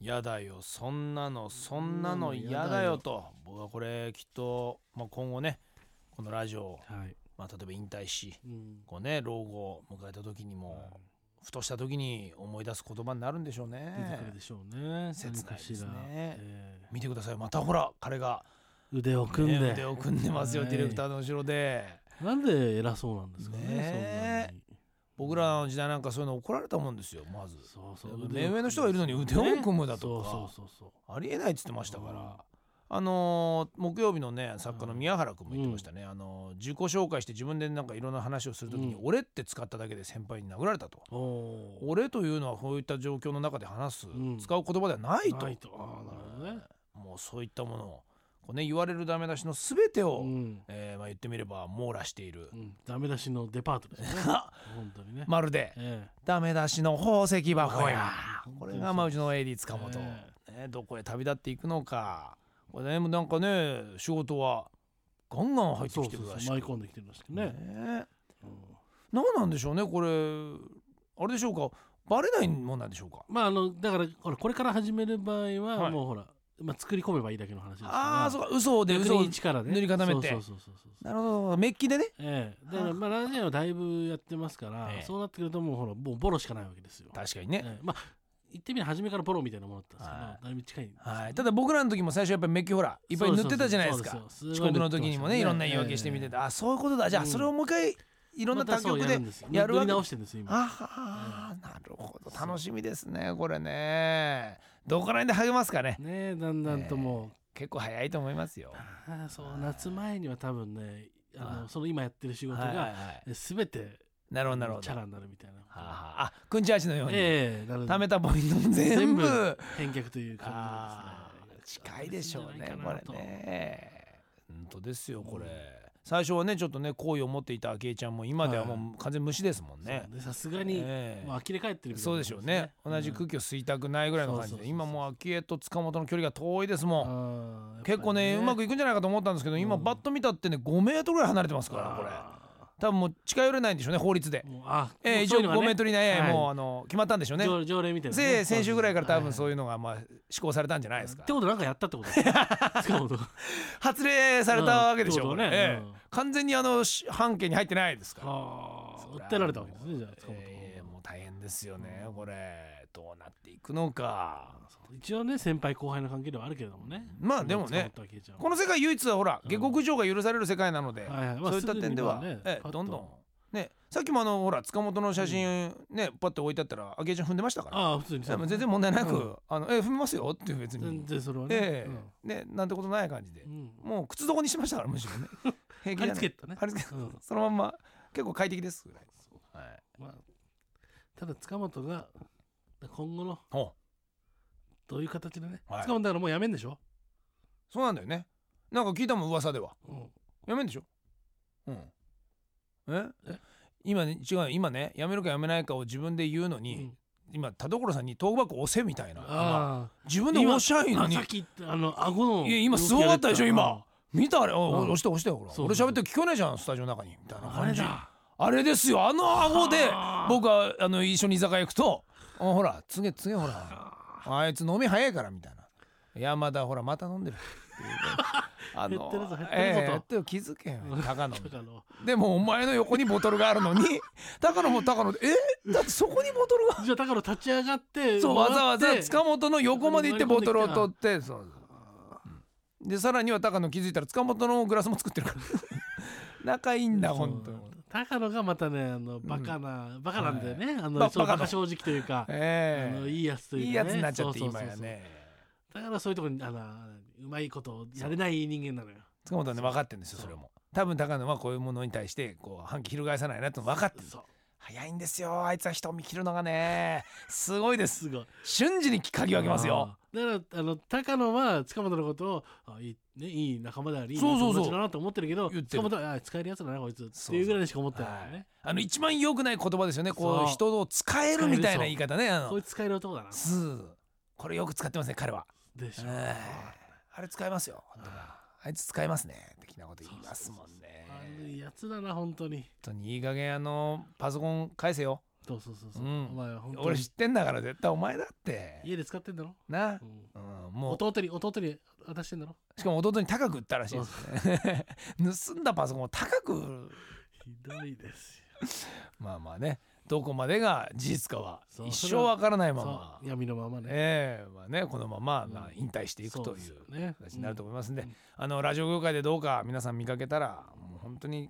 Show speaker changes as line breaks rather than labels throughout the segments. やだよそんなのそんなの嫌だよと僕はこれきっと、まあ、今後ねこのラジオを、
はい、
まあ、例えば引退し
うん、
こうね老後を迎えた時にも、ふとした時に思い出す言葉になるんでしょうね
出てくるでしょう
切ない
ね
ですね
何かしらえ
見てくださいまたほら彼が、
え腕を組
ね、
んで、
腕を組んでますよ
はい
ディレクターの後ろで
なんで偉そうなんですかね
ねえ僕らの時代なんかそういうの怒られたもんですよまず
そんなにそうそう
目上の人がいるのに腕を組むだと
そう
か
そうそうそう
ありえないっつってましたか
うん
ら。あのー木曜日のね作家の宮原君も言ってましたね、あのー自己紹介して自分でなんかいろんな話をするときに「
うん
俺」って使っただけで先輩に殴られたと
お
「
お
俺」というのはこういった状況の中で話す、
うん
使う言葉ではないと
ないとあーなるほどね
もうそういったものをこう、ね、言われるダメ出しの全てを、
うん
えーまあ、言ってみれば網羅している、
うん、ダメ出しのデパートですね本当にね、
まるで
え
ダメ出しの宝石箱や
え
これがまあうちの AD 塚本、
え
ね、どこへ旅立っていくのかこれねなんかね仕事はガンガン入って
そう
きて
そう
る
そう
らしい
舞い込んできてるらしくね
ね
うん
何なんでしょうねこれあれでしょうかバレないもんなんでしょうか
まああのだからほらこれから始める場合は、
はい
もうほら、まあ、作り込めばいいだけの話ですから
ああーそうか嘘で
逆
嘘を
に一からね
塗り固めて
そうそうそうそうそう
なるほどメッキでね
ええだからまあラジオはだいぶやってますから、
ええ
そうなってくるともうほらもうボロしかないわけですよ、
確かにね、
ええまあ言ってみれば初めからボロみたいなものだったんですけど、
は
だいぶ近いんですよね
はい、ただ僕らの時も最初やっぱりメッキほらいっぱい塗ってたじゃないですか
そうそうそうそう
遅刻の時にもねいろんな言い訳してみてて、あそういうことだじゃあ
うん
それをもう一回い
い
ろんな他局でやる
塗
わ
り
け
直してるんですよ今
ああなるほど楽しみですねこれねどこら辺で励ますかね
ねえだんだんともう、
結構早いと思いますよは
ああそう夏前には多分ねあ
は
のその今やってる仕
い
事
はい
が
はい
全て
なるほどなるほ
チ
ど
ャ
は
ラになるみたいなこと
あはああくんちあちのように
ええなる
貯めたポイントも全
全部
部
返却という
あ
感じ
ー
ですね
近いでしょうねこれ
ね
ね本当ですよこれ
うん
最初はねちょっとね好意を持っていた昭恵ちゃんも今ではもう完全に虫ですもんね
でさすがに、
ええ
もう呆れ返ってるみたい
そう
なもん
でしょうね同じ空気を吸いたくないぐらいの感じ
そうそ
で
うそうそ
今
う
もう昭恵と塚本の距離が遠いですもん
あー
結構ねうまくいくんじゃないかと思ったんですけど今
うん
バッと見たってね5メートルぐらい離れてますからこれ多分もう近寄れないんでしょうね法律で
れもうあ
え
も
え
う
一
そ
応
ういうのが
5
ね
メートル以内
はい
もうあの決まったんでしょうね
条条例みたいなね、
せい先週ぐらいから多分
う
そういうのがまあ施行されたんじゃないですか
ってことなんかやったってこと ですかそういうこと
発令されたわけでしょ
う
こ
ん
れ
そうだね
ええ
うん
完全にあのし半径に入ってないですから
あー訴えられたわけですねじゃあ塚本
ええもう大変ですよねこれどうなっていくのか
一応ね先輩後輩の関係ではあるけれどもね
まあでもね
塚本明恵ちゃんは
この世界唯一はほら
うん
下克上が許される世界なので
はいはいまあ
そういった点では、
すぐにま
え
あねパ
え
ッと
どんどんねさっきもあのほら塚本の写真、ねパッと置いてあったらあけちゃん踏んでましたから
ああ普通に
いやもう全然問題なく、あのええ踏みますよっていう別に、
全然それはね、
ええねなんてことない感じで
う、んうん
もう靴底にしましたからむしろね 平気じゃ
貼り
ない
付けたね
貼り付け
うん
そのまんま結構快適ですぐらい
そう
はい
まあ、ただ塚本が今後の
ほう
どういう形でね、
はい
塚本だからもうやめんでしょ、
そうなんだよねなんか聞いたもん噂では
うん、
やめんでしょうんえ
え
今ね違う今ねやめるかやめないかを自分で言うのに、
うん
今田所さんに「トークバック押せ」みたいな今
あ
自分で押しゃいいの
あ
に
さっきあの顎の
いや今すごかったでしょ今見たあれ、お
うん
押して押してよほら
そう
俺喋ってる聞こえないじゃんスタジオの中にみたいな
あれ
感じ
だ
あれですよあの顎で
あー
僕はあの一緒に居酒屋行くと「あほら次次ほらあいつ飲み早いから」みたいな「いやまだほらまた飲んでる」 っていうねあ
減ってるぞ減ってるぞと
ええ減ってる気づけよ高野みたいな
だからあの
でもお前の横にボトルがあるのに高野も高野でえだってそこにボトルが
じゃあだから立ち上がって
そうわざわざ
回って
塚本の横まで行ってボトルを取ってそううんでさらには高野気づいたら塚本のグラスも作ってる から仲いいんだ本当
そう高野がまたねあのバカな、バカなんだよね、あ
バ
のそ
バ
う
カ
バ
の
カ正直というか、
え
あの
え
いいやつというか、ね、
いいやつになっちゃって
そうそう
今
そうそう
やね
だからそういうとこにあのうまいことをやれない人間なのよ
塚本はね分かってるんですよそれも多分高野はこういうものに対してこう反旗翻さないなっての分かってる
そう
早いんですよあいつは人を見切るのがねすごいです
すごい
瞬時に鍵を開けますよ
あーだからあの高野は塚本のことをあいい,、ね、いい仲間であり
そうそうそう
いい友達だなと思ってるけど
言ってる
塚本はあ使えるやつだなこいつっ
そう
ていうぐらいにしか思ってないから
はい
ね、
あの一番良くない言葉ですよねこ
そうう
人を使えるみたいな言い方ねあ
こ
の
いつ使える男だな
すーこれよく使ってますね彼は、
でしょ、
えーあれ使えますよ本当に
あ
あいつ使えますね的なこと言いますもん
ーあの
ね
やつだな本当に
本当にいい加減あのパソコン返せよ
そうそうそうそう、
うん
お前は本当
俺
に
知ってんだから絶対お前だって
家で使ってんだろ、
な
う、ん
うん、もう
弟に弟に渡してんだろ
しかも弟に高く売ったらしいですね盗んだパソコンを高く売る
ひどいですよ
まあまあねどこまでが事実かは
そう
一
それ
生
は
わからないまま
そう闇のままね
ええまあねこのまま、まあ
うん
引退していく
そ
と
う
い
です
う
よね
形になると思いますんで、
うん
あのラジオ業界でどうか皆さん見かけたらもう本当に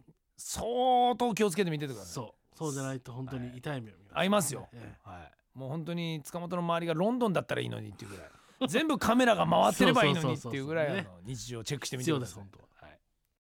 相当気をつけて見ててください。
そうそうじゃないと本当に痛い目を見
合いますよ、
え
はい、もう本当に塚本の周りがロンドンだったらいいのにっていうぐらい全部カメラが回ってればいいのにっていうぐらいあ
そうそうそうそうね
の日常をチェックして
え
みて
必要
く
で
だ
す
さい
本。当は